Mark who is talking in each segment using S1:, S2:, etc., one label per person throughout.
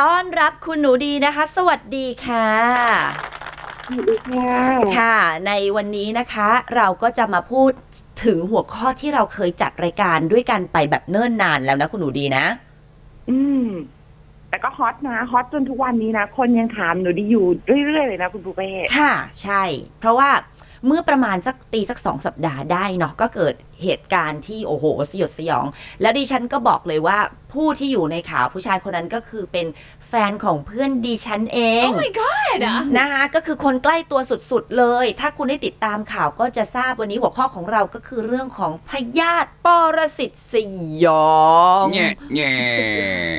S1: ต้อนรับคุณหนูดีนะคะ สวัสดีค่ะ
S2: สวัสดีค่ะ
S1: ค่ะ ในวันนี้นะคะ เราก็จะมาพูดถึงหัวข้อที่เราเคยจัดรายการด้วยกันไปแบบเนิ่นนานแล้วนะคุณหนูดีนะ
S2: อืม แต่ก็ฮอตนะฮอตจนทุกวันนี้นะ คนยังถามหนูดีอยู่เรื่อยๆเลยนะคุณปูเป้
S1: ค่ะใช่ เพราะว่าเมื่อประมาณสักตีสักสองสัปดาห์ได้เนาะก็เกิดเหตุการณ์ที่โอ้โห สยดสยอง แล้วดิฉันก็บอกเลยว่าผู้ที่อยู่ในข่าวผู้ชายคนนั้นก็คือเป็นแฟนของเพื่อนดิฉันเอง
S3: Oh my god อะ
S1: นะคะก็คือคนใกล้ตัวสุดๆเลย ถ้าคุณได้ติดตามข่าวก็จะทราบวันนี้หัวข้อของเราก็คือเรื่องของพยาธิปรสิตสยอง
S4: แง่แง่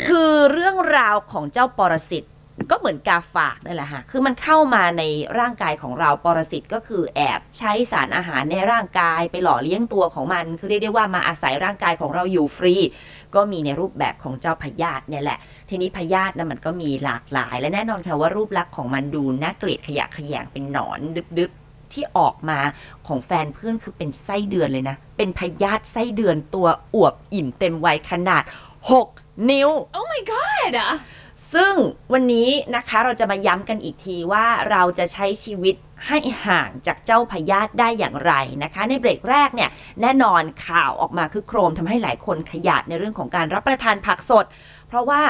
S1: คือเรื่องราวของเจ้าปรสิตก็เหมือนกาฝากนั่นแหละค่ะคือมันเข้ามาในร่างกายของเราปรสิตก็คือแอบใช้สารอาหารในร่างกายไปหล่อเลี้ยงตัวของมัน คือเรียกได้ว่ามาอาศัยร่างกายของเราอยู่ฟรี ก็มีในรูปแบบของเจ้าพยาธิเนี่ยแหละ ทีนี้พยาธินะมันก็มีหลากหลาย และแน่นอนค่ะว่ารูปลักษณ์ของมันดูน่าเกลียดขยะแขยงเป็นหนอนดึบๆที่ออกมาของแฟนเพื่อนคือเป็นไส้เดือนเลยนะ เป็นพยาธิไส้เดือนตัวอวบอิ่มเต็มวัยขนาด 6 นิ้ว
S3: โอ้ Oh my god อะ
S1: ซึ่งวันนี้นะคะเราจะมาย้ำกันอีกทีว่าเราจะใช้ชีวิตให้ห่างจากเจ้าพยาธิได้อย่างไรนะคะ ในเบรกแรกเนี่ยแน่นอนข่าวออกมาคือโครมทำให้หลายคนขยาดในเรื่องของการรับประทานผักสด เพราะว่า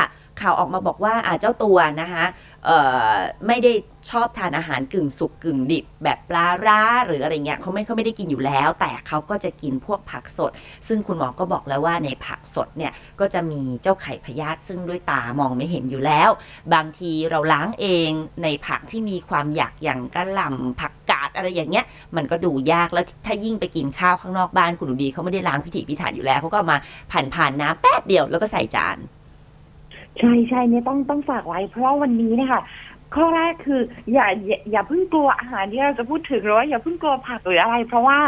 S1: ข่าวออกมาบอกว่าอาเจ้าตัวนะคะเอ่อไม่ได้ชอบทานอาหารกึ่งสุกกึ่งดิบ แบบปลาร้าหรืออะไรเงี้ยเขาไม่เขาไม่ได้กินอยู่แล้ว แต่เขาก็จะกินพวกผักสด ซึ่งคุณหมอก็บอกแล้วว่าในผักสดเนี่ย ก็จะมีเจ้าไข่พยาธิซึ่งด้วยตามองไม่เห็นอยู่แล้ว บางทีเราล้างเองในผักที่มีความอยากอย่างกะหล่ำผักกาดอะไรอย่างเงี้ย มันก็ดูยากแล้วถ้ายิ่งไปกินข้าวข้างนอกบ้านคุณดูดีเขาไม่ได้ล้างพิถีพิถันอยู่แล้วเขาก็เอามาผ่านผ่านๆน้ำแป๊บเดียวแล้วก็ใส่จาน
S2: ใช่ใช่เนี่ยต้องต้องฝากไว้ เพราะวันนี้เนะคะข้อแรกคืออย่าอย่าอย่าเพิ่งกลัวอาหารที่เราจะพูดถึงหรือว่าอย่าเพิ่งกลัวผักหรืออะไร เพราะว่า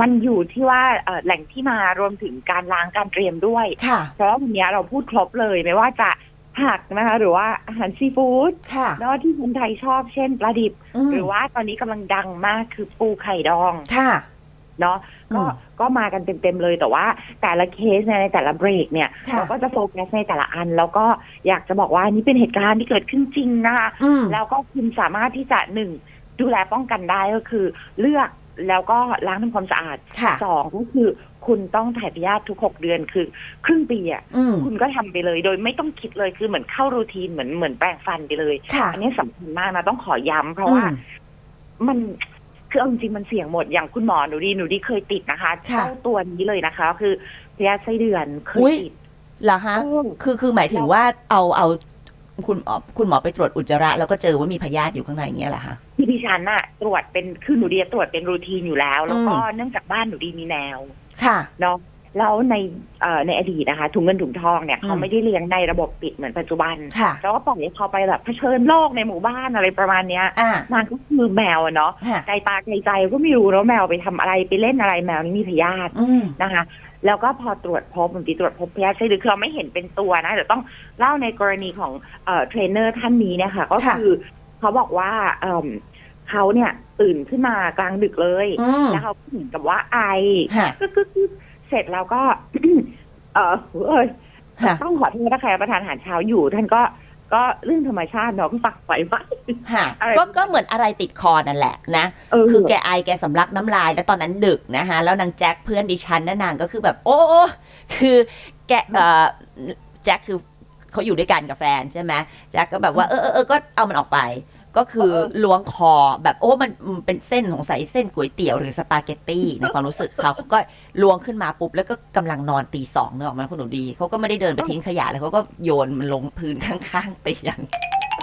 S2: มันอยู่ที่ว่าเอ่อแหล่งที่มารวมถึงการล้างการเตรียมด้วย
S1: ค่ะ
S2: เพราะว่าวันนี้เราพูดครบเลยไม่ว่าจะผักนะคะหรือว่าอาหารซีฟู้ด
S1: ค่ะ
S2: เนอะที่คนไทยชอบเช่นปลาดิบ
S1: อืม
S2: หรือว่าตอนนี้กำลังดังมากคือปูไข่ดอง
S1: ค่ะ
S2: เนาะ
S1: อื
S2: ก็
S1: ม
S2: ก็มากันเต็มๆเลยแต่ว่าแต่ละเคสเนี่ยในแต่ละเบรกเนี่ย
S1: ค่ะ
S2: เราก็จะโฟกัสในแต่ละอัน แล้วก็อยากจะบอกว่านี่เป็นเหตุการณ์ที่เกิดขึ้นจริงนะคะ
S1: อืม
S2: แล้วก็คุณสามารถที่จะหนึ่งดูแลป้องกันได้ก็คือ เลือกแล้วก็ล้างทำความสะอาด
S1: ค่ะ
S2: สองก็คือ คุณต้องถ่ายพยาธิทุกหกเดือนคือ ครึ่งปีอ่ะ
S1: อืม
S2: คุณก็ทำไปเลย โดยไม่ต้องคิดเลยคือเหมือนเข้ารูทีนเหมือนเหมือนแปรงฟันไปเลย
S1: ค่ะ
S2: อันนี้สำคัญมากนะต้องขอย้ำเพราะ
S1: อื
S2: ว่า
S1: ม
S2: มันคือเอาจริงๆมันเสี่ยงหมดอย่างคุณหมอหนูดีหนูดีเคยติดนะคะ
S1: ค่ะ
S2: เจ้าตัวนี้เลยนะคะ คือพยาธิไส้เดือนเคยติด
S1: เหรอฮะ
S2: เออ
S1: คือคือหมายถึงว่าเอาเอาคุณหมอคุณหมอไปตรวจอุจจาระ แล้วก็เจอว่ามีพยาธิอยู่ข้างในอย่างเงี้ยเหรอฮะ
S2: ที่ดิฉันอะตรวจเป็นคือหนูดีตรวจเป็นรูทีนอยู่แล้ว แล้วก็
S1: อืม
S2: เนื่องจากบ้านหนูดีมีแนว
S1: ค่ะ
S2: เนาะแล้วในเอ่อในอดีตนะคะถุงเงินถุงทองเนี่ย
S1: อืม
S2: เขาไม่ได้เลี้ยงในระบบปิดเหมือนปัจจุบัน
S1: ค่ะ
S2: แล้วก็ปล่อยให้เขาไปแบบเผชิญโลกในหมู่บ้านอะไรประมาณเนี้ย
S1: อ่า
S2: มันก็คือแมวอะเนาะ
S1: ค่ะ
S2: ใจตาใจใจก็ไม่รู้แล้วแมวไปทำอะไรไปเล่นอะไรแมวนี่มีพยาธิ
S1: อืม
S2: นะคะแล้วก็พอตรวจพบผมตีตรวจพบพยาธิไส้เดือนคือเราไม่เห็นเป็นตัวนะเดี๋ยวต้องเล่าในกรณีของเอ่อเทรนเนอร์ท่านนี้เนี่ยค่ะก็
S1: ค่ะ
S2: คือเขาบอกว่าเอิ่มเขาเนี่ยตื่นขึ้นมากลางดึกเลย
S1: อืม
S2: แล้วเขาก็เหมือนกับว่าไอ
S1: ค่ะ
S2: กึกกึกกึกเสร็จแล้วก็ เออเอ้ย
S1: ค่ะ
S2: ต้องขอโทษนะคะประธานอาหารเช้าอยู่ ท่านก็ก็เรื่องธรรมชาติเนาะก็ปักไว้ว่า
S1: ค่ะ
S2: อะไร
S1: ก็ก็เหมือนอะไรติดคอนั่นแหละนะ
S2: เออ
S1: คือแกไอแกสำลักน้ำลาย แล้วตอนนั้นดึกนะคะแล้วนางแจ็คเพื่อนดิฉันน่ะนางก็คือแบบ โอ้โอ้คือแกเอ่อแจ็คคือเขาอยู่ด้วยกันกับแฟนใช่ไหมแจ็คก็แบบว่าเออเออเออก็เอามันออกไป ก็คือ
S2: เออ
S1: ล้วงคอแบบโอ้มันมันเป็นเส้นของใสยเส้นก๋วยเตี๋ยวหรือสปาเกตตี้ในความรู้สึกเขาเขาก็ล้วงขึ้นมาปุ๊บแล้วก็กำลังนอนตีสองเนกอะมาคุณหนูดีเขาก็ไม่ได้เดินไปทิ้งขยะเลยเขาก็โยนมันลงพื้นข้างๆเตียง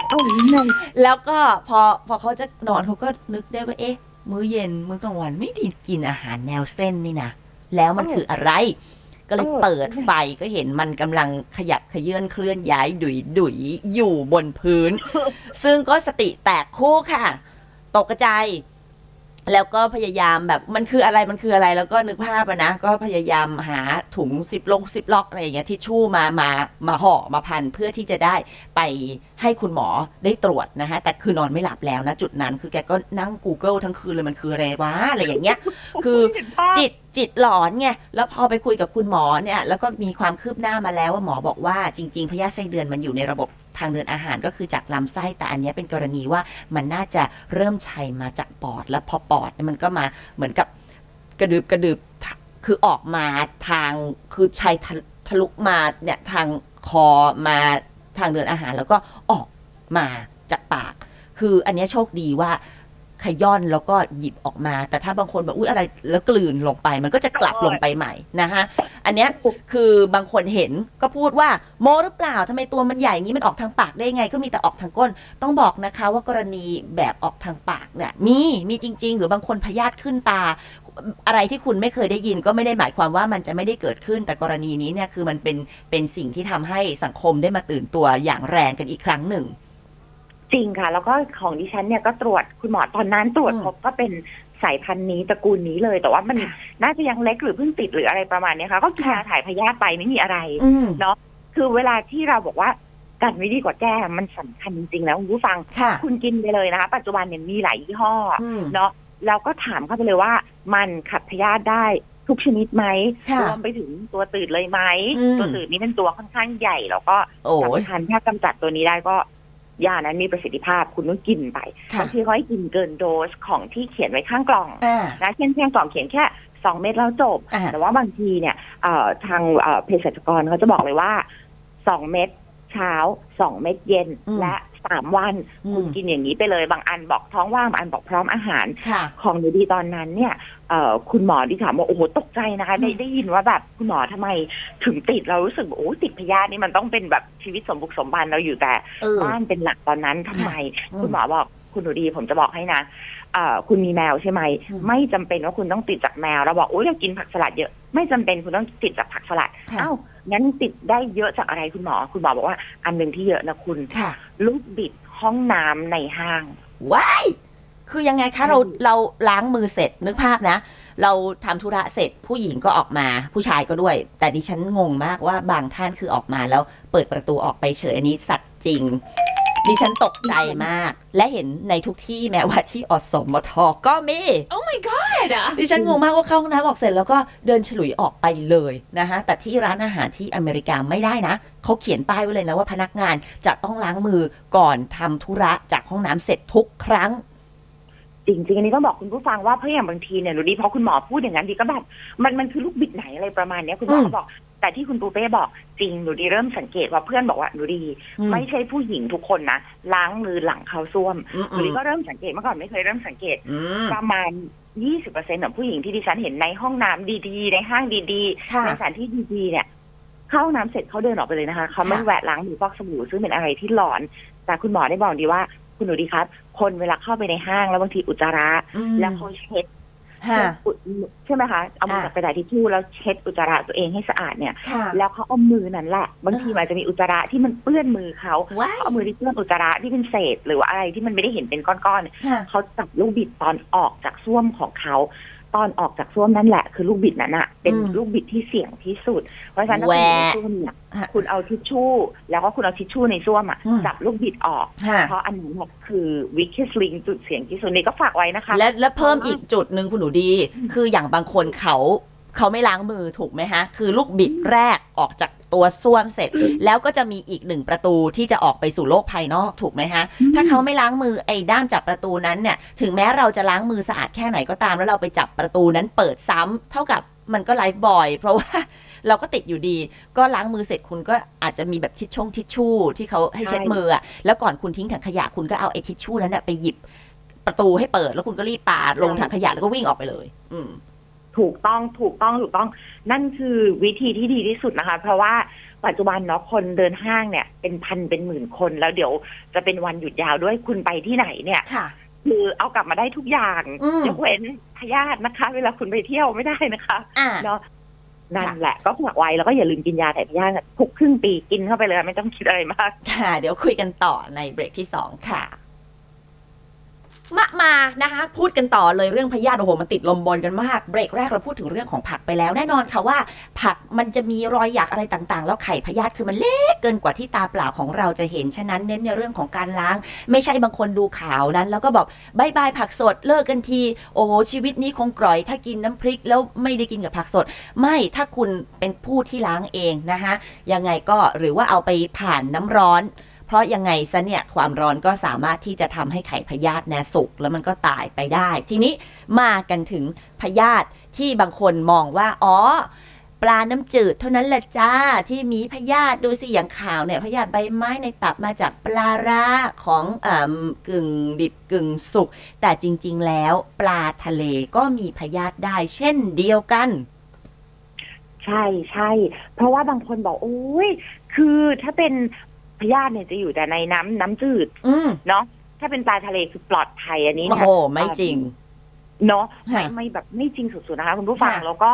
S2: เอาอย่างนี้เลย
S1: แล้วก็พอพอเขาจะนอนเขาก็นึกได้ว่าเอ๊ะ มื้อเย็น มื้อกลางวันไม่ไดีกินอาหารแนวเส้นนี่นะ แล้วมัน
S2: เออ
S1: คืออะไร ก็เลย
S2: เออ
S1: เปิดไฟก็เห็นมันกำลังขยับเขยื่อนเคลื่อนย้ายดุยดุยอยู่บนพื้น ซึ่งก็สติแตกคู่ค่ะ ตกกระจายแล้วก็พยายามแบบมันคืออะไรมันคืออะไรแล้วก็นึกภาพอะนะ ก็พยายามหาถุงซิปลงซิปล็อกอะไรอย่างเงี้ยทิชชู่มามามาห่อมาพันเพื่อที่จะได้ไปให้คุณหมอได้ตรวจนะคะแต่คือนอนไม่หลับแล้วนะจุดนั้น คือแกก็นั่ง Google ทั้งคืนเลยมันคืออะไรวะอะไรอย่างเงี้ย คือ
S2: เห็นภาพ
S1: จิตจิตหลอนไง แล้วพอไปคุยกับคุณหมอเนี่ย แล้วก็มีความคืบหน้ามาแล้วว่าหมอบอกว่าจริง ๆ พยาธิไส้เดือนมันอยู่ในระบบ ทางเดินอาหารก็คือจากลำไส้แต่อันเนี้ยเป็นกรณีว่ามันน่าจะเริ่มชัยมาจากปอด แล้วพอปอดเนี่ยมันก็มาเหมือนกับกระดึบกระดึบทะคือออกมาทางคือชัยทะทะลุมาเนี่ยทางคอมาทางเดินอาหาร แล้วก็ออกมาจากปาก คืออันเนี้ยโชคดีว่าขย้อนแล้วก็หยิบออกมา แต่ถ้าบางคนแบบอุ๊ยอะไรแล้วกลืนลงไปมันก็จะกลับลงไปใหม่นะฮะ อันเนี้ยคือบางคนเห็นก็พูดว่าโมหรือเปล่าทำไมตัวมันใหญ่อย่างนี้มันออกทางปากได้ไง ก็มีแต่ออกทางก้น ต้องบอกนะคะว่ากรณีแบบออกทางปากเนี่ยมีมีจริง ๆ หรือบางคนพยาธิขึ้นตา อะไรที่คุณไม่เคยได้ยินก็ไม่ได้หมายความว่ามันจะไม่ได้เกิดขึ้น แต่กรณีนี้เนี่ยคือมันเป็นเป็นสิ่งที่ทำให้สังคมได้มาตื่นตัวอย่างแรงกันอีกครั้งหนึ่ง
S2: จริงค่ะ แล้วก็ของดิฉันเนี่ยก็ตรวจคุณหมอตอนนั้นตรวจ
S1: อืม
S2: พบก็เป็นสายพันธุ์นี้ตระกูลนี้เลย แต่ว่ามัน
S1: ค่ะ
S2: น่าจะยังเล็กหรือเพิ่งติดหรืออะไรประมาณเนี้ยค่ะก็กินยาถ่ายพยาธิไปไม่มีอะไร
S1: อืม
S2: คือเวลาที่เราบอกว่ากันไม่ดีกว่าแก้มันสำคัญจริงๆนะคุณผู้ฟัง
S1: ค่ะ
S2: คุณกินไปเลยนะคะ ปัจจุบันเนี่ยมีหลายยี่ห้ออ
S1: อืม
S2: เนาะเราก็ถามเข้าไปเลยว่า มันขับพยาธิได้ทุกชนิดไหม
S1: ค่ะ
S2: รวมไปถึงตัวตืดเลยไหม
S1: อืม
S2: ตัวตืดนี่เป็นตัวค่อนข้างใหญ่แล้วก็
S1: โอ้ย
S2: สำคัญถ้ากำจัดตัวนี้ได้ก็ยานั้นมีประสิทธิภาพคุณต้องกินไป
S1: ค่ะ
S2: บางทีเขาให้กินเกินโดสของที่เขียนไว้ข้างกล่อง
S1: อ่า
S2: นะเช่นเช่นกล่องเขียนแค่สองเม็ดแล้วจบ
S1: อ่า
S2: แต่ว่าบางทีเนี่ยเอ่อทางเอ่อเภสัชกรเขาจะบอกเลยว่าสองเม็ดเช้าสองเม็ดเย็น
S1: อืม
S2: และสามวัน
S1: อื
S2: คุ
S1: ม
S2: ณกินอย่างนี้ไปเลยบางอันบอกท้องว่างบางอันบอกพร้อมอาหาร
S1: ค่ะ
S2: ของหนูดีตอนนั้นเนี่ยเอ่อคุณหมอดีถามว่าโอ้โหตกใจนะคะได้
S1: อืม
S2: ได้ยินว่าแบบคุณหมอทำไมถึงติดเรารู้สึกว่าโอ้ติดพยาธินี่มันต้องเป็นแบบชีวิตสมบุกสมบันเราอยู่แต่
S1: เออ
S2: บ้านเป็นหลักตอนนั้นทำไม
S1: อืม
S2: คุณหมอบอกคุณหนูดีผมจะบอกให้นะเอ่อคุณมีแมวใช่ไหม
S1: อืม
S2: ไม่จำเป็นว่าคุณต้องติดจากแมวเราบอกโอ้ยเรากินผักสลัดเยอะไม่จำเป็นคุณต้องติดจากผักสลัด
S1: ค่ะ
S2: เอ้างั้นติดได้เยอะจากอะไรคุณหมอ คุณหมอบอกว่าอันหนึ่งที่เยอะนะคุณ
S1: ค่ะ
S2: ลูกบิดห้องน้ำในห้าง
S1: ว้าย คือยังไงคะเราเราล้างมือเสร็จนึกภาพนะ เราทำธุระเสร็จผู้หญิงก็ออกมาผู้ชายก็ด้วย แต่ดิฉันงงมากว่าบางท่านคือออกมาแล้วเปิดประตูออกไปเฉยอันนี้สัตว์จริง ดิฉันตกใจมาก และเห็นในทุกที่แม้ว่าที่อสมทก็มี
S3: Oh my god อ่ะ
S1: ดิฉันงงมากว่าเข้าห้องน้ำออกเสร็จแล้วก็เดินฉลุยออกไปเลยนะคะแต่ที่ร้านอาหารที่อเมริกาไม่ได้นะ เขาเขียนป้ายไว้เลยนะว่าพนักงานจะต้องล้างมือก่อนทำธุระจากห้องน้ำเสร็จทุกครั้ง
S2: จริงๆอันนี้ต้องบอกคุณผู้ฟังว่าเพราะอย่างบางทีเนี่ยหนูดีเพราะคุณหมอพูดอย่างนั้นดีก็แบบมันมันคือลูกบิดไหนอะไรประมาณเนี้ยคุณหมอ
S1: อืม
S2: ก็บอก แต่ที่คุณปูเป้บอกจริงหนูดีเริ่มสังเกตว่าเพื่อนบอกว่าหนูดี
S1: อื
S2: ไม่ใช่ผู้หญิงทุกคนนะล้างมือหลังเข้าส้วม
S1: อืม
S2: ห
S1: อื
S2: นู
S1: ม
S2: ดีก็เริ่มสังเกตเมื่อก่อนไม่เคยเริ่มสังเกต
S1: อืม
S2: ประมาณ 20%ของผู้หญิงที่ดิฉันเห็นในห้องน้ำดีๆ ในห้างดี
S1: ค่ะ
S2: ๆในสถานที่ดีๆเนี่ยเข้าห้องน้ำเสร็จเขาเดินออกไปเลยนะคะเขาไม่แวะล้างมือฟอกสบู่ซึ่งเป็นอะไรที่หลอน แต่คุณหมอได้บอกดีว่าคุณหนูดีครับ คนเวลาเข้าไปในห้างแล้วบางทีอุจจาระ
S1: อืม
S2: แล้วเขาเช็ด
S1: ค่ะ
S2: อุดใช่ไหมคะ เอามือ
S1: ค่ะ
S2: จับกระดาษทิชชู่แล้วเช็ดอุจจาระตัวเองให้สะอาดเนี่ย
S1: ค่ะ
S2: แล้วเขาเอามือนั้นแหละ บางทีมันอาจจะมีอุจจาระที่มันเปื้อนมือเขา
S1: ว้าย
S2: เอามือที่เปื้อนอุจจาระที่เป็นเศษ หรือว่าอะไรที่มันไม่ได้เห็นเป็นก้อนๆเนี่ย
S1: ค่ะ
S2: เขาจับลูกบิดตอนออกจากส้วมของเขา ตอนออกจากส้วมนั่นแหละ คือลูกบิดนั้นอะเป็น
S1: อืม
S2: ลูกบิดที่เสี่ยงที่สุด เพราะฉะนั้นถ้าคุณอยู่ในส้วมเนี่ย
S1: ฮะ
S2: คุณเอาทิชชู่ แล้วก็คุณเอาทิชชู่ในส้วมอะ
S1: อืม
S2: จับลูกบิดออก
S1: ค่ะ
S2: เพราะอันนี้เนี่ยคือวิกเกสลิงจุดเสี่ยงที่สุดนี่ก็ฝากไว้นะคะ
S1: และและเพิ่มอีกจุดหนึ่งคุณหนูดี คืออย่างบางคนเขาเขาไม่ล้างมือถูกไหมฮะ คือลูกบิดแรกออกจากตัวส้วมเสร็จ แล้วก็จะมีอีกหนึ่งประตูที่จะออกไปสู่โลกภายนอกถูกไหมฮะ ถ้าเขาไม่ล้างมือไอ้ด้ามจับประตูนั้นเนี่ย ถึงแม้เราจะล้างมือสะอาดแค่ไหนก็ตาม แล้วเราไปจับประตูนั้นเปิดซ้ำเท่ากับมันก็ไลฟ์บอยเพราะว่า เราก็ติดอยู่ดี ก็ล้างมือเสร็จคุณก็อาจจะมีแบบทิชชงทิชชู่ที่เขาให้เช็ด
S2: ใช่
S1: มืออะแล้วก่อนคุณทิ้งถังขยะคุณก็เอาไอ้ทิชชู่นั้นน่ะไปหยิบประตูให้เปิดแล้วคุณก็รีบปาดลงถังขยะแล้วก็วิ่งออกไปเลย อืม
S2: ถูกต้องถูกต้องถูกต้อง นั่นคือวิธีที่ดีที่สุดนะคะ เพราะว่าปัจจุบันเนาะคนเดินห้างเนี่ยเป็นพันเป็นหมื่นคน แล้วเดี๋ยวจะเป็นวันหยุดยาวด้วยคุณไปที่ไหนเนี่ย
S1: ค่ะ
S2: คือเอากลับมาได้ทุกอย่าง
S1: อืม
S2: ยกเว้นพยาธินะคะ เวลาคุณไปเที่ยวไม่ได้นะคะ
S1: อ่า
S2: เนาะนั่นแหละก็ฝากไว้แล้วก็อย่าลืมกินยาถ่ายพยาธิทุกครึ่งปีกินเข้าไปเลยไม่ต้องคิดอะไรมาก
S1: ค่ะ เดี๋ยวคุยกันต่อในเบรกที่ 2 ค่ะ มามานะคะ พูดกันต่อเลยเรื่องพยาธิโอ้โหมันติดลมบนกันมาก เบรกแรกเราพูดถึงเรื่องของผักไปแล้ว แน่นอนค่ะว่า ผักมันจะมีรอยหยักอะไรต่างๆ แล้วไข่พยาธิคือมันเล็กเกินกว่าที่ตาเปล่าของเราจะเห็นฉะนั้นเน้นในเรื่องของการล้าง ไม่ใช่บางคนดูข่าวนั้น แล้วก็บอกบายบายผักสดเลิกกันที โอ้โหชีวิตนี้คงกร่อย ถ้ากินน้ำพริกแล้วไม่ได้กินกับผักสด ไม่ถ้าคุณเป็นผู้ที่ล้างเองนะคะยังไงก็หรือว่าเอาไปผ่านน้ำร้อน เพราะยังไงซะเนี่ยความร้อนก็สามารถที่จะทำให้ไข่พยาธิแนยสุกแล้วมันก็ตายไปได้ ทีนี้มากันถึงพยาธิที่บางคนมองว่า อ๋อ ปลาน้ำจืดเท่านั้นแหละจ้าที่มีพยาธิดูสิอย่างข่าวเนี่ยพยาธิใบไม้ในตับมาจากปลาร้าของเอมกึ่งดิบกึ่งสุก แต่จริงๆแล้วปลาทะเลก็มีพยาธิได้เช่นเดียวกัน
S2: ใช่ใช่ เพราะว่าบางคนบอกโอ้ยคือถ้าเป็นพยาธิเนี่ยจะอยู่แต่ในน้ำน้ำจืด
S1: อืม
S2: เนาะถ้าเป็นปลาทะเลคือปลอดภัยอันนี้
S1: โอ้
S2: นะ
S1: โห
S2: คะ
S1: ไม่จริง
S2: เนาะไม่
S1: ค่ะ
S2: ไม่แบบไม่จริงสุดๆนะคะคุณผู้ฟัง
S1: ค่ะ
S2: แล้วก็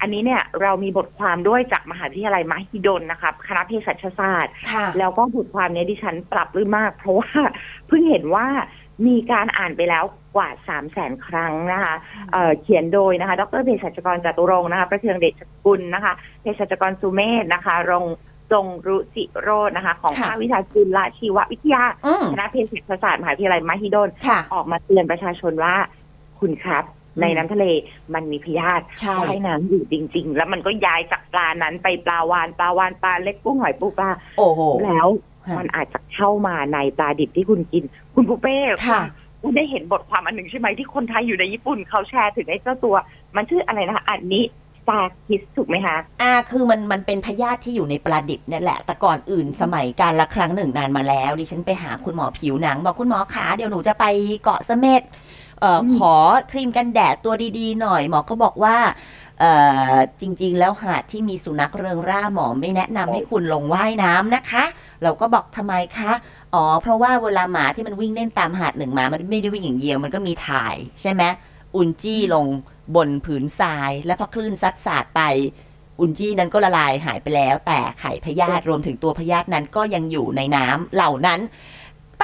S2: อันนี้เนี่ยเรามีบทความด้วยจากมหาวิทยาลัยมหิดลนะคะคณะเภสัชศาสตร์
S1: ค่ะ
S2: แล้วก็บทความเนี้ยดิฉันปรับรื้มมาก เพราะว่า เพิ่งเห็นว่ามีการอ่านไปแล้วกว่า 3 0 0แสนครั้งนะคะเอ่อเขียนโดยนะคะ ดรเภสัชกรจตุรงค์นะคะ ประเทืองเดชกุลนะคะเภสัชกรสุเมธนะคะ รงจงรุจิโรจน์นะคะ ของ
S1: ค่ะ
S2: ภาควิชาจุฬาชีววิทยา
S1: อืม
S2: คณะเภสัชศาสตร์มหาวิทยาลัยมหิดล
S1: ค่ะ
S2: ออกมาเตือนประชาชนว่าคุณครับ ในน้ำทะเลมันมีพยาธิ
S1: ใช่
S2: ว่ายน้ำอยู่จริง ๆ แล้วมันก็ย้ายจากปลานั้นไปปลาวานปลาวานปลาเล็กกุ้งหอยปูปลา
S1: โอ้โห
S2: แล้ว
S1: ค่ะ
S2: มันอาจจะเข้ามาในปลาดิบที่คุณกิน คุณปูเป้
S1: ค่ะ
S2: คุณได้เห็นบทความอันหนึ่งใช่ไหมที่คนไทยอยู่ในญี่ปุ่นเขาแชร์ถึงไอ้เจ้าตัว มันชื่ออะไรนะคะอันนี้ซาคิสถูกไหมคะ
S1: อ่าคือมันมันเป็นพยาธิที่อยู่ในปลาดิบเนี่ยแหละ แต่ก่อนอื่นสมัยการละครั้งหนึ่งนานมาแล้ว ดิฉันไปหาคุณหมอผิวหนัง บอกคุณหมอขาเดี๋ยวหนูจะไปเกาะเสม็ดเอ่ออ
S2: ม
S1: ขอครีมกันแดดตัวดีๆ หน่อย หมอก็บอกว่าเอ่อจริงๆ แล้วหาดที่มีสุนัขเริงร่าหมอไม่แนะนำให้คุณลงว่ายน้ำนะคะ เราก็บอกทำไมคะ อ๋อ เพราะว่าเวลาหมาที่มันวิ่งเล่นตามหาดหนึ่งหมา มันไม่ได้วิ่งอย่างเดียว มันก็มีถ่ายใช่ไหม อุนจี้ลงบนผืนทราย แล้วพอคลื่นซัดสาดไป อุนจี้นั้นก็ละลายหายไปแล้ว แต่ไข่พยาธิรวมถึงตัวพยาธินั้นก็ยังอยู่ในน้ำเหล่านั้น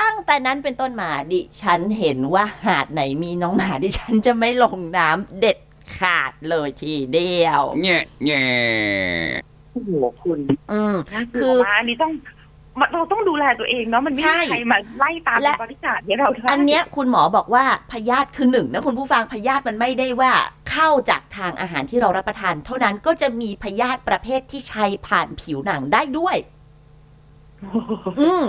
S1: ตั้งแต่นั้นเป็นต้นมาดิฉันเห็นว่าหาดไหนมีน้องหมาดิฉันจะไม่ลงน้ำเด็ดขาดเลยทีเดียว
S4: nhẹ nhẹ
S2: โอ้โหคุณ
S1: อืม
S2: นะคือว่าอันนี้ต้องมันเราต้องดูแลตัวเองเนาะมันไม่
S1: ใช่
S2: มีใครมาไล่ตาม
S1: และ
S2: เป็นบริษัทเนี่ยเราได้
S1: อันเนี้ยคุณหมอบอกว่าพยาธิคือหนึ่งนะคุณผู้ฟังพยาธิมันไม่ได้ว่าเข้าจากทางอาหารที่เรารับประทาน เท่านั้นก็จะมีพยาธิประเภทที่ใช้ผ่านผิวหนังได้ด้วย อืม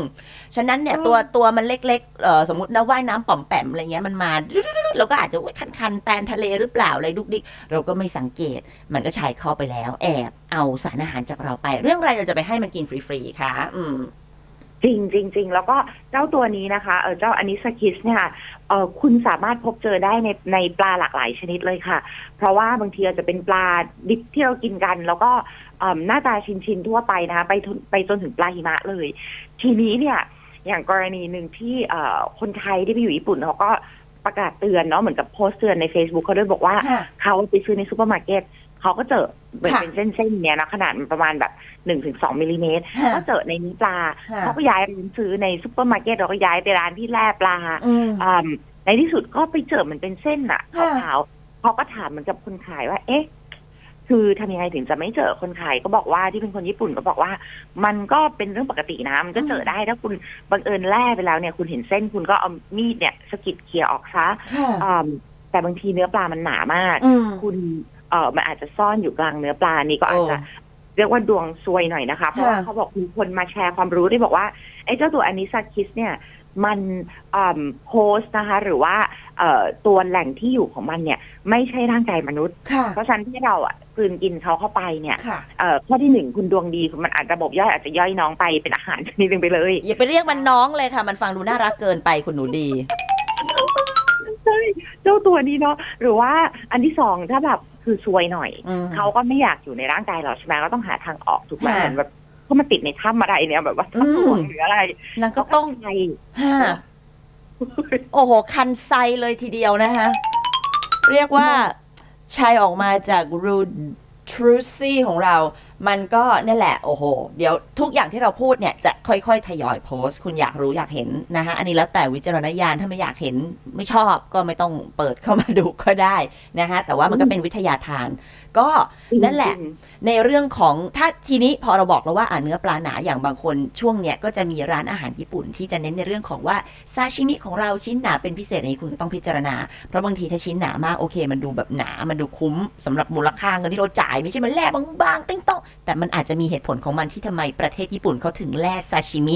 S1: ฉะนั้นเนี่ย
S2: อืม
S1: ตัวตัวมันเล็กๆเอ่อสมมตินะว่ายน้ำป่อมแปมอะไรเงี้ยมันมาดุ๊ดๆๆเราก็อาจจะอุ๊ยคันๆแตนทะเลหรือเปล่าอะไรดุกดิกเราก็ไม่สังเกต มันก็ใช้เข้าไปแล้ว แอบเอาสารอาหารจากเราไป เรื่องอะไรเราจะไปให้มันกินฟรีๆค่ะ อืม
S2: จริงจริงจริงแล้วก็เจ้าตัวนี้นะคะเออเจ้าอันนิสกิสเนี่ยค่ะเออคุณสามารถพบเจอได้ในในปลาหลากหลายชนิดเลยค่ะ เพราะว่าบางทีอาจจะเป็นปลาดิบที่เรากินกัน แล้วก็เอิ่มหน้าตาชินชินๆทั่วไปนะคะไปถึงไปจนถึงปลาหิมะเลย ทีนี้เนี่ย อย่างกรณีหนึ่งที่เอ่อคนไทยที่ไปอยู่ญี่ปุ่นเขาก็ประกาศเตือนเนาะเหมือนกับโพสต์เตือนใน Facebook เขาด้วยบอกว่า
S1: ค่ะ
S2: เขาไปซื้อในซูเปอร์มาร์เก็ตเขาก็เจอเหมือน
S1: ค่ะ
S2: เป็นเส้นๆเนี่ยนะขนาดมันประมาณแบบหนึ่งถึงสองมิลลิเมตร
S1: ค่ะ
S2: ก็เจอในนี้ปลา
S1: ค่ะ
S2: เขาก็ย้ายไปซื้อในซูเปอร์มาร์เก็ตเราก็ย้ายไปร้านที่แล่ปลา
S1: อืม
S2: อืมในที่สุดก็ไปเจอมันเป็นเส้นอะ
S1: ค่ะ
S2: ขาวๆเขาก็ถามเหมือนกับคนขายว่า เอ๊ะ คือทำยังไงถึงจะไม่เจอคนขายก็บอกว่าที่เป็นคนญี่ปุ่นก็บอกว่า มันก็เป็นเรื่องปกตินะมันก็เจอได้ถ้าคุณบังเอิญแล่ไปแล้วเนี่ย คุณเห็นเส้นคุณก็เอามีดเนี่ยสะกิดเคลียร์ออกซะ
S1: ค่ะ
S2: อืมแต่บางทีเนื้อปลามันหนามาก
S1: อืม
S2: คุณเออมันอาจจะซ่อนอยู่กลางเนื้อปลานี่ก็อาจ
S1: โอ้
S2: จะ เรียกว่าดวงซวยหน่อยนะคะ เพราะว่าเขาบอกมีคนมาแชร์ความรู้ที่บอกว่าไอ้เจ้าตัวอานิซาคิสเนี่ย มันโฮสนะคะ หรือว่าเอ่อตัวแหล่งที่อยู่ของมันเนี่ย ไม่ใช่ร่างกายมนุษย์
S1: ค่ะ
S2: เพราะฉะนั้นที่เราอ่ะกลืนกินเขาเข้าไปเนี่ย
S1: ค่ะ
S2: เอ่อข้อที่หนึ่งคุณดวงดีคุณมันอาจระบบย่อยอาจจะย่อยน้องไปเป็นอาหารชนิดหนึ่งไปเลย
S1: อย่าไปเรียกมันน้องเลยค่ะ มันฟังดูน่ารักเกินไปคุณหนูดี
S2: ใช่เจ้าตัวนี้เนาะหรือว่าอันที่สองถ้าแบบคือซวยหน่อย
S1: อืม
S2: เขาก็ไม่อยากอยู่ในร่างกายเราใช่ไหมก็ต้องหาทางออกถูกไหม
S1: ค่ะ
S2: เหมือนแบบเขามาติดในถ้ำอะไรเนี่ยแบบว่า
S1: อืม
S2: ถ้ำหลวงหรืออะไร
S1: นางก็ต้อง
S2: ใคร
S1: ห้าโอ้โห คันไซเลยทีเดียวนะคะ เรียกว่าชายออกมาจากรูทรูซี่ของเรา มันก็นี่นแหละ โอ้โห เดี๋ยวทุกอย่างที่เราพูดเนี่ย จะค่อยๆ ทยอยโพสต์ คุณอยากรู้อยากเห็นนะคะ อันนี้แล้วแต่วิจารณญาณถ้าไม่อยากเห็นไม่ชอบก็ไม่ต้องเปิดเข้ามาดูก็ได้นะคะแต่ว่ามันก็เป็นวิทยาทาน ก็นั่นแหละ ในเรื่องของถ้าทีนี้พอเราบอกแล้วว่าอ่าเนื้อปลาหนาอย่างบางคนช่วงเนี้ยก็จะมีร้านอาหารญี่ปุ่นที่จะเน้นในเรื่องของว่าซาชิมิของเราชิ้นหนาเป็นพิเศษอันนี้คุณก็ต้องพิจารณา เพราะบางทีถ้าชิ้นหนามากโอเค มันดูแบบหนา มันดูคุ้มสำหรับมูลค่าเงินที่เราจ่ายไม่ใช่มันแลกบางๆติ้งต้อง แต่มันอาจจะมีเหตุผลของมันที่ทำไมประเทศญี่ปุ่นเขาถึงแล่ซาชิมิ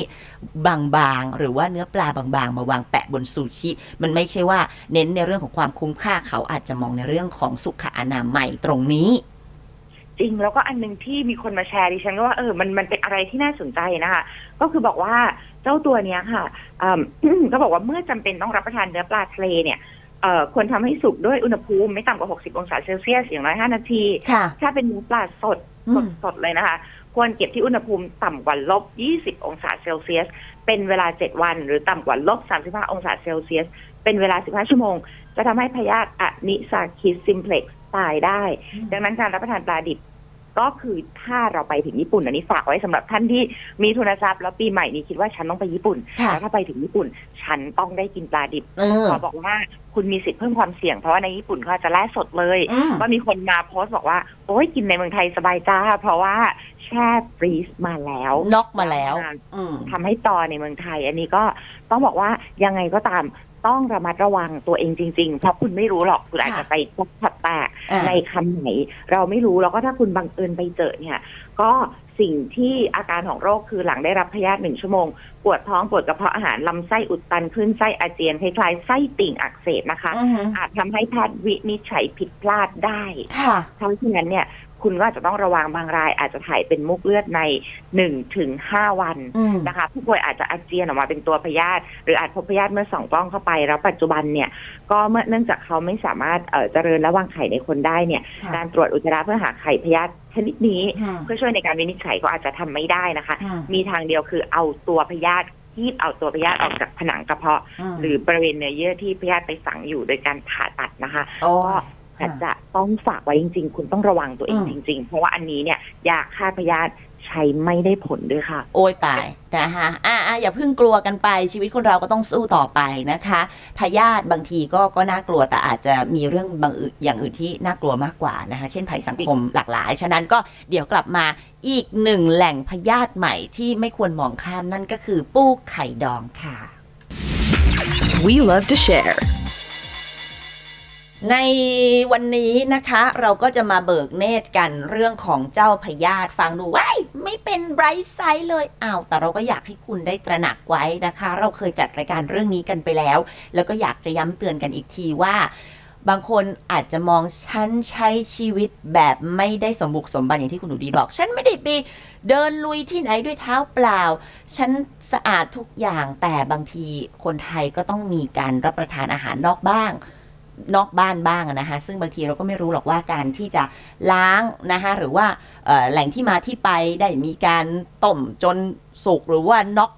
S1: บางๆ หรือว่าเนื้อปลาบางๆ มาวางแปะบนซูชิ มันไม่ใช่ว่าเน้นในเรื่องของความคุ้มค่าเขาอาจจะมองในเรื่องของสุขอนามัยตรงนี้
S2: จริงแล้วก็อันหนึ่งที่มีคนมาแชร์ดิฉันก็ว่าเออมันมันเป็นอะไรที่น่าสนใจนะคะ ก็คือบอกว่าเจ้าตัวเนี้ยค่ะอืม ก็บอกว่าเมื่อจำเป็นต้องรับประทานเนื้อปลาทะเลเนี่ยเอ่อควรทำให้สุกด้วยอุณหภูมิไม่ต่ำกว่า 60 องศาเซลเซียสอย่างน้อย 5 นาที
S1: ค่ะ
S2: ถ้าเป็นเนื้อปลาสด
S1: อื
S2: ส
S1: ม
S2: ดสดเลยนะคะ ควรเก็บที่อุณหภูมิต่ำกว่าลบ 20 องศาเซลเซียส เป็นเวลา 7 วัน หรือต่ำกว่าลบ 35 องศาเซลเซียส เป็นเวลา 15 ชั่วโมง จะทำให้พยาธิอนิซาคิสซิมเพล็กซ์ตายได้ ดังนั้นการรับประทานปลาดิบก็คือถ้าเราไปถึงญี่ปุ่นอันนี้ฝากไว้สำหรับท่านที่มีทุนทรัพย์แล้วปีใหม่นี้คิดว่าฉันต้องไปญี่ปุ่น
S1: ค่ะ
S2: แล้วถ้าไปถึงญี่ปุ่น ฉันต้องได้กินปลาดิบ
S1: เออ
S2: ขอบอกว่าคุณมีสิทธิ์เพิ่มความเสี่ยงเพราะว่าในญี่ปุ่นเขาอาจจะแล่สดเลย
S1: อืม
S2: ก็มีคนมาโพสต์บอกว่า โอ้ยกินในเมืองไทยสบายจ้า เพราะว่าแช่ฟรีซมาแล้ว
S1: น็อกมาแล้ว อืม
S2: ทำให้ตอในเมืองไทย อันนี้ก็ต้องบอกว่ายังไงก็ตามต้องระมัดระวังตัวเองจริง ๆ เพราะคุณไม่รู้หรอกคุณอาจ
S1: ค่ะ
S2: จะไปพบผัดแตก
S1: อ่า
S2: ในคำไหนเราไม่รู้แล้วก็ถ้าคุณบังเอิญไปเจอเนี่ย ก็สิ่งที่อาการของโรคคือหลังได้รับพยาธิหนึ่งชั่วโมง ปวดท้องปวดกระเพาะอาหารลำไส้อุดตันขึ้นไส้อาเจียนคล้ายๆไส้ติ่งอักเสบนะคะ
S1: อือฮึ
S2: อาจทำให้แพทย์วินิจฉัยผิดพลาดได้
S1: ค่ะ
S2: เพราะฉะนั้นเนี่ย คุณก็อาจจะต้องระวังบางราย อาจจะถ่ายเป็นมุกเลือดในหนึ่งถึงห้าวัน
S1: อืม
S2: นะคะผู้ป่วยอาจจะอาเจียนออกมาเป็นตัวพยาธิหรืออาจพบพยาธิเมื่อสองกล้องเข้าไปแล้วปัจจุบันเนี่ย ก็เมื่อเนื่องจากเขาไม่สามารถเอ่อเจริญและวางไข่ในคนได้เนี่ย
S1: ค่ะ
S2: การตรวจอุจจาระเพื่อหาไข่พยาธิชนิดนี้
S1: อืม
S2: เพื่อช่วยในการวินิจฉัยก็อาจจะทำไม่ได้นะคะ
S1: อืม
S2: มีทางเดียวคือเอาตัวพยาธิที่เอาตัวพยาธิออกจากผนังกระเพาะ
S1: ม
S2: หรือบริเวณเนื้อเยื่อที่พยาธิไปฝังอยู่โดยการผ่าตัดนะคะ
S1: โอ้ย
S2: อาจจะต้องฝากไว้จริง ๆ คุณต้องระวังตัวเอง
S1: อืม
S2: จริง ๆ เพราะว่าอันนี้เนี่ยยาฆ่าพยาธิใช้ไม่ได้ผลด้วยค่ะ
S1: โอ้ยตายนะคะอ่าอย่าเพิ่งกลัวกันไปชีวิตคนเราก็ต้องสู้ต่อไปนะคะพยาธิบางทีก็ก็น่ากลัวแต่อาจจะมีเรื่องบางอื่นอย่างอื่นที่น่ากลัวมากกว่านะคะเช่นภัยสังคมหลากหลาย ฉะนั้นก็เดี๋ยวกลับมาอีกหนึ่งแหล่งพยาธิใหม่ที่ไม่ควรมองข้ามนั่นก็คือปูไข่ดองค่ะ
S5: We love to share.
S1: ในวันนี้นะคะเราก็จะมาเบิกเนตรกันเรื่องของเจ้าพยาธิฟังดูว้ายไม่เป็นไบรท์ไซด์เลยอ้าวแต่เราก็อยากให้คุณได้ตระหนักไว้นะคะ เราเคยจัดรายการเรื่องนี้กันไปแล้ว แล้วก็อยากจะย้ำเตือนกันอีกทีว่า บางคนอาจจะมองฉันใช้ชีวิตแบบไม่ได้สมบุกสมบันอย่างที่คุณหนูดีบอก ฉันไม่ได้ไปเดินลุยที่ไหนด้วยเท้าเปล่า ฉันสะอาดทุกอย่างแต่บางทีคนไทยก็ต้องมีการรับประทานอาหารนอกบ้าง นอกบ้านบ้างอะนะคะซึ่งบางทีเราก็ไม่รู้หรอกว่าการที่จะล้างนะคะหรือว่าเอ่อแหล่งที่มาที่ไปได้มีการต้มจนสุกหรือว่าน็อก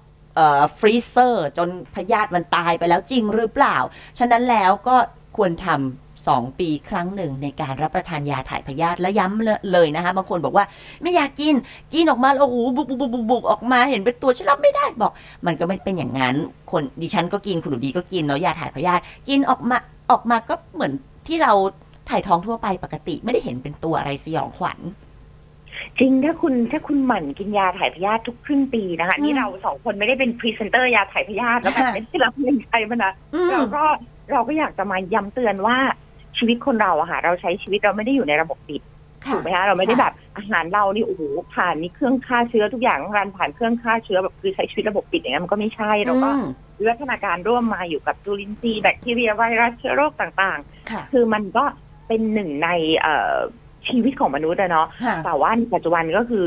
S1: ฟรีเซอร์จนพยาธิมันตายไปแล้วจริงหรือเปล่า ฉะนั้นแล้วก็ควรทำสองปีครั้งหนึ่งในการรับประทานยาถ่ายพยาธิและย้ำเลยนะคะบางคนบอกว่าไม่อยากกินกินออกมาแล้วโอ้โหบุบบุบบุบบุบบุบออกมาเห็นเป็นตัวฉันรับไม่ได้บอก มันก็ไม่เป็นอย่างนั้นคนดิฉันก็กินคุณหนูดีก็กินเนาะยาถ่ายพยาธิ กินออกมาออกมาก็เหมือนที่เราถ่ายท้องทั่วไปปกติไม่ได้เห็นเป็นตัวอะไรสยองขวัญ
S2: จริงถ้าคุณถ้าคุณหมั่นกินยาถ่ายพยาธิทุกครึ่งปีนะคะ
S1: อืม
S2: นี่เราสองคนไม่ได้เป็นพรีเซนเตอร์ยาถ่ายพยาธิแล้วแบบ
S1: ค่ะ
S2: ไม่ได้รับเงินใครมานะ
S1: อืม
S2: เราก็เราก็อยากจะมาย้ำเตือนว่าชีวิตคนเราอะค่ะเราใช้ชีวิตเราไม่ได้อยู่ในระบบปิดถูกไหมคะเราไม่ได้แบบอาหารเรานี่โอ้โหผ่านนี่เครื่องฆ่าเชื้อทุกอย่างรันผ่านเครื่องฆ่าเชื้อแบบคือใช้ชีวิตระบบปิดอย่างนั้นมันก็ไม่ใช่เราก็
S1: อืม
S2: วิวัฒนาการร่วมมาอยู่กับจุลินทรีย์แบคทีเรียไวรัสเชื้อโรคต่าง
S1: ค่ะ
S2: ๆ คือมันก็เป็นหนึ่งในเอ่อชีวิตของมนุษย์อะเนาะ
S1: ค่ะ
S2: แต่ว่าในปัจจุบันก็คือ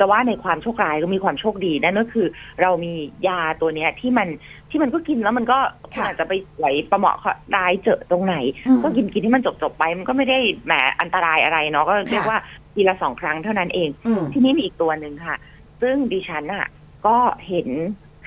S2: จะว่าในความโชคร้ายก็มีความโชคดีนั่นก็คือ เรามียาตัวเนี้ยที่มันที่มันก็กินแล้วมันก็
S1: ค่ะ
S2: อาจจะไปไหลประเหมาะเขาะร้ายเจอตรงไหน
S1: อืม
S2: ก็กินกินที่มันจบจบๆไป มันก็ไม่ได้แหมอันตรายอะไรเนาะก็เรียก
S1: ค่ะ
S2: ว่าปีละสองครั้งเท่านั้นเอง
S1: อืม
S2: ที่นี่มีอีกตัวหนึ่งค่ะ ซึ่งดิฉันอ่ะ ก็เห็น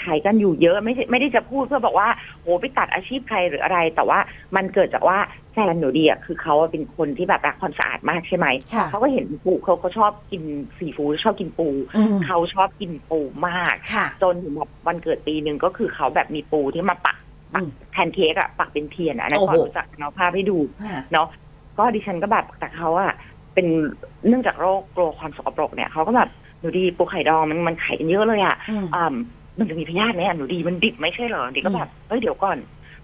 S2: ขายกันอยู่เยอะไม่ใช่ไม่ได้จะพูดเพื่อบอกว่าโหไปตัดอาชีพใครหรืออะไร แต่ว่ามันเกิดจากว่าแฟนหนูดีอ่ะคือเขาอะเป็นคนที่แบบรักความสะอาดมากใช่ไหม
S1: ค่ะ
S2: เขาก็เห็นปูเขาเขาชอบกินซีฟู้ดชอบกินปู
S1: อืม
S2: เขาชอบกินปูมาก
S1: ค่ะ
S2: จนถึงแบบวันเกิดปีหนึ่งก็คือเขาแบบมีปูที่มาปักปัก
S1: อืม
S2: แพนเค้กอะปักเป็นเทียนอะอันนั้น
S1: โอ้
S2: ก็
S1: โห
S2: รู้จักเนาะภาพให้ดู
S1: ค่ะ
S2: เนาะก็ดิฉันก็แบบแต่เขาอะเป็นเนื่องจากโรคกลัวความสกปรกเนี่ยเขาก็แบบหนูดีปูไข่ดองมันมันไข่กันเยอะเลยอะ
S1: อืม
S2: อ่ำมันจะมีพยาธิไหมอะหนูดีมันดิบไม่ใช่เหรอหนูดีก็แบบเฮ้ยเดี๋ยวก่อน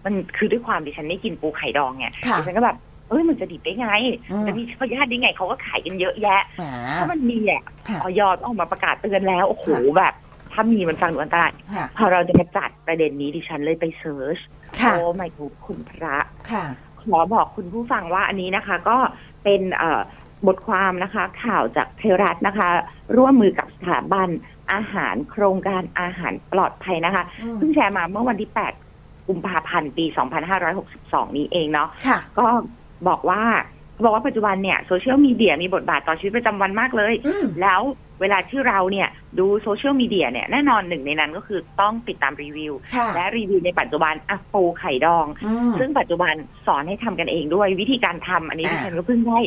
S2: มันคือด้วยความดิฉันไม่กินปูไข่ดองไง
S1: ค่ะ
S2: ดิฉันก็แบบ เอ้ยมันจะดิบได้ไง
S1: อืม
S2: จะมีพยาธิได้ไงเขาก็ขายกันเยอะแยะ
S1: หมา
S2: ถ้ามันมีอ่ะ
S1: ค่ะ
S2: ออยอออกมาประกาศเตือนแล้วโอ้โห
S1: ค่ะ
S2: แบบ ถ้ามีมันฟังดูอันตราย
S1: ค่ะ
S2: พอเราจะมาจัดประเด็นนี้ดิฉันเลยไปเซิร์ช
S1: ค่ะ
S2: โอ้ไม่ถูกคุณพระ
S1: ค่ะ
S2: ขอบอกคุณผู้ฟังว่าอันนี้นะคะก็เป็นเอ่อบทความนะคะ ข่าวจากไทยรัฐนะคะ ร่วมมือกับสถาบันอาหารโครงการอาหารปลอดภัยนะคะ
S1: อืม
S2: เพิ่งแชร์มาเมื่อวันที่ 8 กุมภาพันธ์ปี 2562 นี้เองเนาะ
S1: ค่ะ
S2: ก็บอกว่าเขาบอกว่าปัจจุบันเนี่ยโซเชียลมีเดียมีบทบาทต่อชีวิตประจำวันมากเลย
S1: อืม
S2: แล้วเวลาที่เราเนี่ยดูโซเชียลมีเดียเนี่ยแน่นอนหนึ่งในนั้นก็คือต้องติดตามรีวิว
S1: ค่ะ
S2: และรีวิวในปัจจุบันอ่ะปูไข่ดอง
S1: อืม
S2: ซึ่งปัจจุบันสอนให้ทำกันเองด้วยวิธีการทำอันนี้
S1: อ่า
S2: ที่ฉันก็เพิ่งได้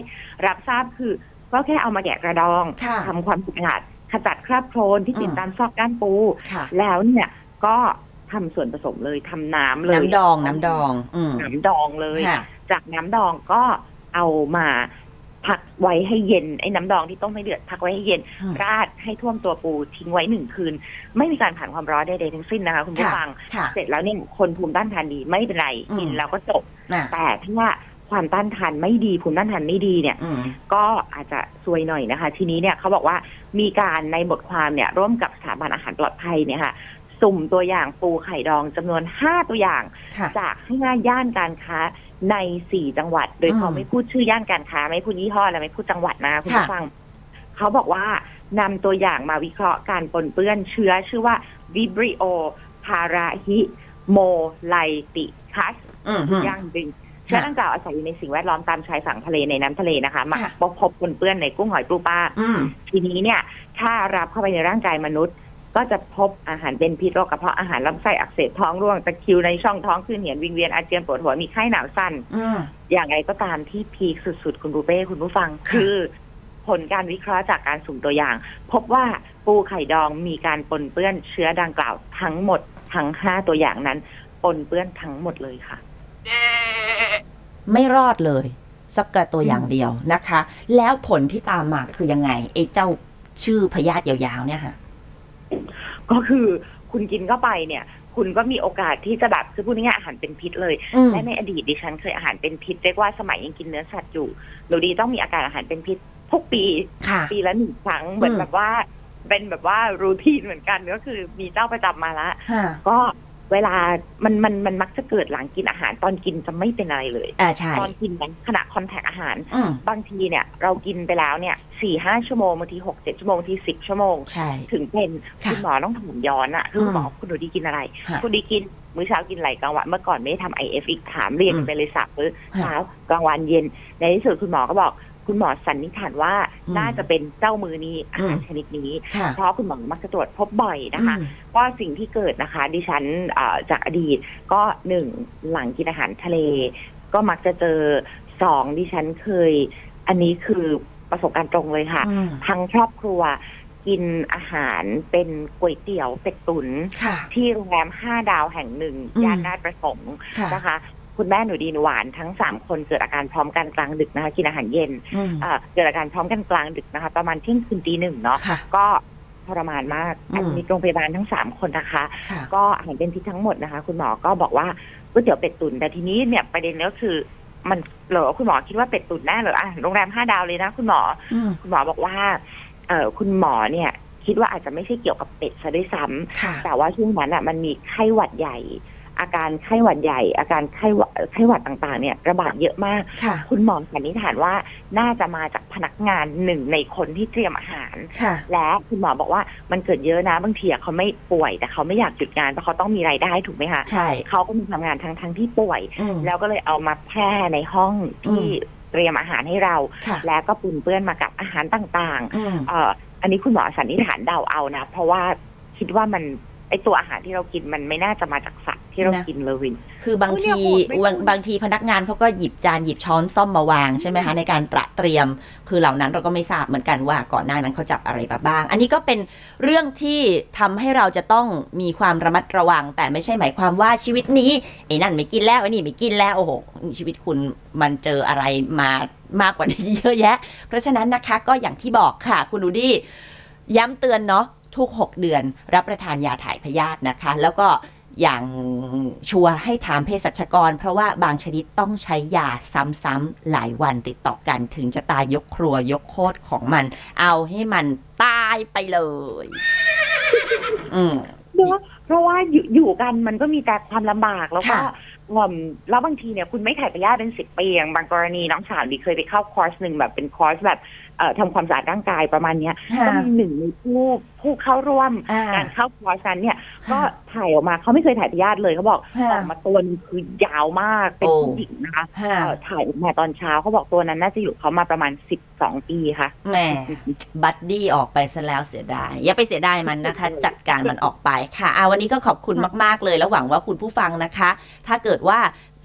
S2: รับทราบคือ ก็แค่เอามาแกะกระดอง
S1: ค่ะ
S2: ทำความสะอาดขจัดคราบโคลนที่ติด
S1: อืม
S2: ตามซอกก้านปู
S1: ค่ะ
S2: แล้วเนี่ยก็ทำส่วนผสมเลยทำน้ำเลย
S1: น้ำดองน้ำดองอืม
S2: น้ำดองเลย
S1: ค่ะ
S2: จากน้ำดองก็เอามาพักไว้ให้เย็นไอ้น้ำดองที่ต้มให้เดือดพักไว้ให้เย็น
S1: อืม
S2: ราดให้ท่วมตัวปูทิ้งไว้หนึ่งคืน ไม่มีการผ่านความร้อนใดๆทั้งสิ้นนะคะคุณผู้
S1: ค่ะ
S2: ฟัง
S1: ค่ะ
S2: เสร็จแล้วเนี่ยคนภูมิต้านทานดีไม่เป็นไร
S1: อืม
S2: กินแล้วก็จบ
S1: น่ะ
S2: แต่ถ้าความต้านทานไม่ดีภูมิต้านทานไม่ดีเนี่ย
S1: อืม
S2: ก็อาจจะซวยหน่อยนะคะ ทีนี้เนี่ยเขาบอกว่ามีการในบทความเนี่ยร่วมกับสถาบันอาหารปลอดภัยเนี่ยค่ะสุ่มตัวอย่างปูไข่ดองจำนวน 5 ตัวอย่าง
S1: ค่ะ
S2: จากห้าย่านการค้าใน 4 จังหวัด โดย
S1: อืม
S2: เขาไม่พูดชื่อย่านการค้า ไม่พูดยี่ห้อและไม่พูดจังหวัดนะคะคุณ
S1: ค่ะ
S2: ผู้ฟังเขาบอกว่านำตัวอย่างมาวิเคราะห์การปนเปื้อนเชื้อชื่อว่าวิบริโอพาราฮิโมไลติคัส
S1: อืมอืม
S2: ย่างดึงเชื้อดังกล่าวอาศัยอยู่ในสิ่งแวดล้อมตามชายฝั่งทะเลในน้ำทะเลนะคะมัก
S1: ค่ะ
S2: พบปนเปื้อนในกุ้งหอยปูปลา
S1: อืม
S2: ทีนี้เนี่ย ถ้ารับเข้าไปในร่างกายมนุษย์ ก็จะพบอาหารเป็นพิษโรคกระเพาะอาหารลำไส้อักเสบท้องร่วงตะคริวในช่องท้องขึ้นเหียนวิงเวียนอาเจียนปวดหัวมีไข้หนาวสั้น
S1: อืม
S2: อย่างไรก็ตามที่พีคสุดๆ คุณรูเป้คุณผู้ฟัง
S1: ค่ะ
S2: คือ ผลการวิเคราะห์จากการสุ่มตัวอย่าง พบว่าปูไข่ดองมีการปนเปื้อนเชื้อดังกล่าวทั้งหมดทั้งห้าตัวอย่างนั้นปนเปื้อนทั้งหมดเลยค่ะ
S1: ไม่รอดเลย สักกระตัวอย่างเดียวนะคะ แล้วผลที่ตามมาคือยังไงไอ้เจ้าชื่อพยาธิยาวๆเนี่ยค่ะ
S2: ก็คือคุณกินเข้าไปเนี่ย คุณก็มีโอกาสที่จะแบบคือพูดง่ายๆอาหารเป็นพิษเลย
S1: อืม
S2: และในอดีตดิฉันเคยอาหารเป็นพิษเรียกว่าสมัยยังกินเนื้อสัตว์อยู่หนูดีต้องมีอาการอาหารเป็นพิษทุกปี
S1: ค่ะ
S2: ปีละหนึ่งครั้งเหมือน
S1: อืม
S2: แบบว่า เป็นแบบว่ารูทีนเหมือนกันก็คือมีเจ้าประจำมาละ
S1: ค่ะ
S2: ก็เวลามันมันมันมักจะเกิดหลังกินอาหารตอนกินจะไม่เป็นอะไรเลย
S1: อ่าใช่
S2: ตอนกินนั้นขณะคอนแทคอาหาร
S1: อืม
S2: บางทีเนี่ย เรากินไปแล้วเนี่ยสี่ห้าชั่วโมงบางทีหกเจ็ดชั่วโมงบางทีสิบชั่วโมง
S1: ใช่
S2: ถึงเป็น
S1: ค่ะ
S2: คุณหมอต้องถามย้อนอะคือคุณหมอคุณหนูดีกินอะไร
S1: ค่ะ
S2: คุณดีกิน มื้อเช้ากินอะไรกลางวันเมื่อก่อนไม่ได้ทำไอเอฟอีกถามเรียนกันไปเลยสับมื้อเช้ากลางวันเย็น ในที่สุดคุณหมอก็บอก คุณหมอสันนิษฐานว่า
S1: อืม
S2: น่าจะเป็นเจ้ามือนี้อาหาร
S1: อืม
S2: ชนิดนี้
S1: ค่ะ
S2: เพราะคุณหมอมักจะตรวจพบบ่อยนะคะ
S1: อืม
S2: ก็สิ่งที่เกิดนะคะ ดิฉันเอ่อจากอดีตก็หนึ่งหลังกินอาหารทะเล ก็มักจะเจอสองดิฉันเคย อันนี้คือประสบการณ์ตรงเลยค่ะ
S1: อืม
S2: ทั้งครอบครัวกินอาหารเป็นก๋วยเตี๋ยวเป็ดตุ๋น
S1: ค่ะ
S2: ที่โรงแรมห้าดาวแห่งหนึ่ง
S1: อืม
S2: ย่านราชประสงค์
S1: ค่ะ
S2: นะคะ คุณแม่หนูดีหนหวานทั้งสามคนเกิดอาการพร้อมกันกลางดึกนะคะกินอาหารเย็น
S1: อืม
S2: เอ่อเกิดอาการพร้อมกันกลางดึกนะคะ ประมาณเที่ยงคืนตีหนึ่งเนาะ
S1: ค่ะ
S2: ก็ทรมานมาก
S1: อืม
S2: อันนี้โรงพยาบาลทั้งสามคนนะคะ
S1: ค่ะ
S2: ก็อาหารเป็นพิษทั้งหมดนะคะ คุณหมอก็บอกว่าก๋วยเตี๋ยวเป็ดตุ๋นแต่ทีนี้เนี่ยประเด็นก็คือ มันเหรอคุณหมอคิดว่าเป็ดตุ๋นแน่เหรออ่ะโรงแรมห้าดาวเลยนะคุณหมอ
S1: อืม
S2: คุณหมอบอกว่าเออคุณหมอเนี่ยคิดว่าอาจจะไม่ใช่เกี่ยวกับเป็ดซะด้วยซ้ำ
S1: ค่ะ
S2: แต่ว่าช่วงนั้นอ่ะมันมีไข้หวัดใหญ่ อาการไข้หวัดใหญ่ อาการไข้หวัดไข้หวัดต่างๆ เนี่ยระบาดเยอะมาก
S1: ค่ะ
S2: คุณหมอสันนิษฐานว่าน่าจะมาจากพนักงานหนึ่งในคนที่เตรียมอาหาร
S1: ค่ะ
S2: และคุณหมอบอกว่ามันเกิดเยอะนะบางทีอะเขาไม่ป่วย แต่เขาไม่อยากหยุดงานเพราะเขาต้องมีรายได้ถูกไหมคะ
S1: ใช่
S2: เขาก็มีทำงานทั้งทั้งๆที่ป่วย
S1: อืม
S2: แล้วก็เลยเอามาแพร่ในห้องที่
S1: อื
S2: เตรียมอาหารให้เรา
S1: ค่ะ
S2: และก็ปนเปื้อนมากับอาหารต่าง
S1: อืม
S2: ๆ เอ่อ อันนี้คุณหมอสันนิษฐานเดาเอานะ เพราะว่าคิดว่ามันไอตัวอาหารที่เรากินมันไม่น่าจะมาจากสัตว์ที่เรากินเลย
S1: คือบาง
S2: เนี่
S1: ที
S2: ยโหดไม่
S1: วัน
S2: คุ้น
S1: บางทีพนักงานเขาก็หยิบจานหยิบช้อนซ่อมมาวางใช่ไหมคะในการตระเตรียม คือเหล่านั้นเราก็ไม่ทราบเหมือนกันว่าก่อนหน้านั้นเขาจับอะไรมาบ้าง อันนี้ก็เป็นเรื่องที่ทำให้เราจะต้องมีความระมัดระวัง แต่ไม่ใช่หมายความว่าชีวิตนี้ไอ้นั่นไม่กินแล้วไอ้นี่ไม่กินแล้วโอ้โหชีวิตคุณมันเจออะไรมามากกว่านี้ เยอะแยะ เพราะฉะนั้นนะคะก็อย่างที่บอกค่ะ คุณดูดี้ย้ำเตือนเนาะทุก 6 เดือนรับประทานยาถ่ายพยาธินะคะ แล้วก็ อย่างชัวร์ให้ถามเภสัชกร เพราะว่าบางชนิดต้องใช้ยาซ้ำๆหลายวันติดต่อกันถึงจะตายยกครัวยกโคตรของมัน เอาให้มันตายไปเลย อืม
S2: เนอะเพราะว่าอยู่อยู่กันมันก็มีแต่ความลำบากแล้วก็
S1: ค่ะ
S2: อืมแล้วบางทีเนี่ยคุณไม่ถ่ายพยาธิเป็นสิบปีอย่างบางกรณีน้องสาวดีเคยไปเข้าคอร์สหนึ่งแบบเป็นคอร์สแบบเอ่อทำความสะอาดร่างกายประมาณเนี้ยก็มีหนึ่งในผู้ผู้เข้าร่วม
S1: อ่า
S2: การเข้าคอร์สนั้นเนี่ย ก็ถ่ายออกมาเขาไม่เคยถ่ายพยาธิเลยเขาบอก
S1: ค่ะ
S2: ออกมาตัวหนึงคือยาวมากเป็น
S1: โอ้
S2: ผู้หญิงนะคะ
S1: ห้า
S2: เอ่อถ่ายออกมาตอนเช้าเขาบอกตัวนั้นน่าจะอยู่เขามาประมาณสิบสองปีค่ะ
S1: แหม บัดดี้ออกไปซะแล้วเสียดาย อย่าไปเสียดายมันนะคะ จัดการมันออกไปค่ะอาวันนี้ก็ขอบคุณมาก ๆ เลย แล้วหวังว่าคุณผู้ฟังนะคะ ถ้าเกิดว่า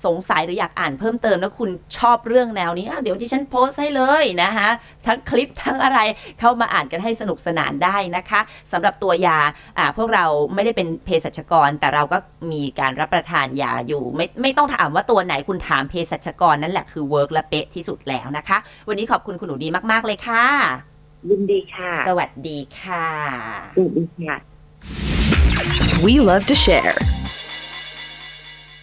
S1: สงสัยหรืออยากอ่านเพิ่มเติมแล้วคุณชอบเรื่องแนวนี้อ่ะเดี๋ยวที่ฉันโพสต์ให้เลยนะคะ ทั้งคลิปทั้งอะไรเข้ามาอ่านกันให้สนุกสนานได้นะคะสำหรับตัวยาอ่าพวกเราไม่ได้เป็นเภสัชกร แต่เราก็มีการรับประทานยาอยู่ ไม่ไม่ต้องถามว่าตัวไหนคุณถามเภสัชกรนั่นแหละคือเวิร์กและเป๊ะที่สุดแล้วนะคะ วันนี้ขอบคุณคุณหนูดีมาก ๆ เลยค่ะ
S2: ยินดีค่ะ
S1: สวัสดีค่ะ
S2: สวัสดีค่ะ
S5: We love to share.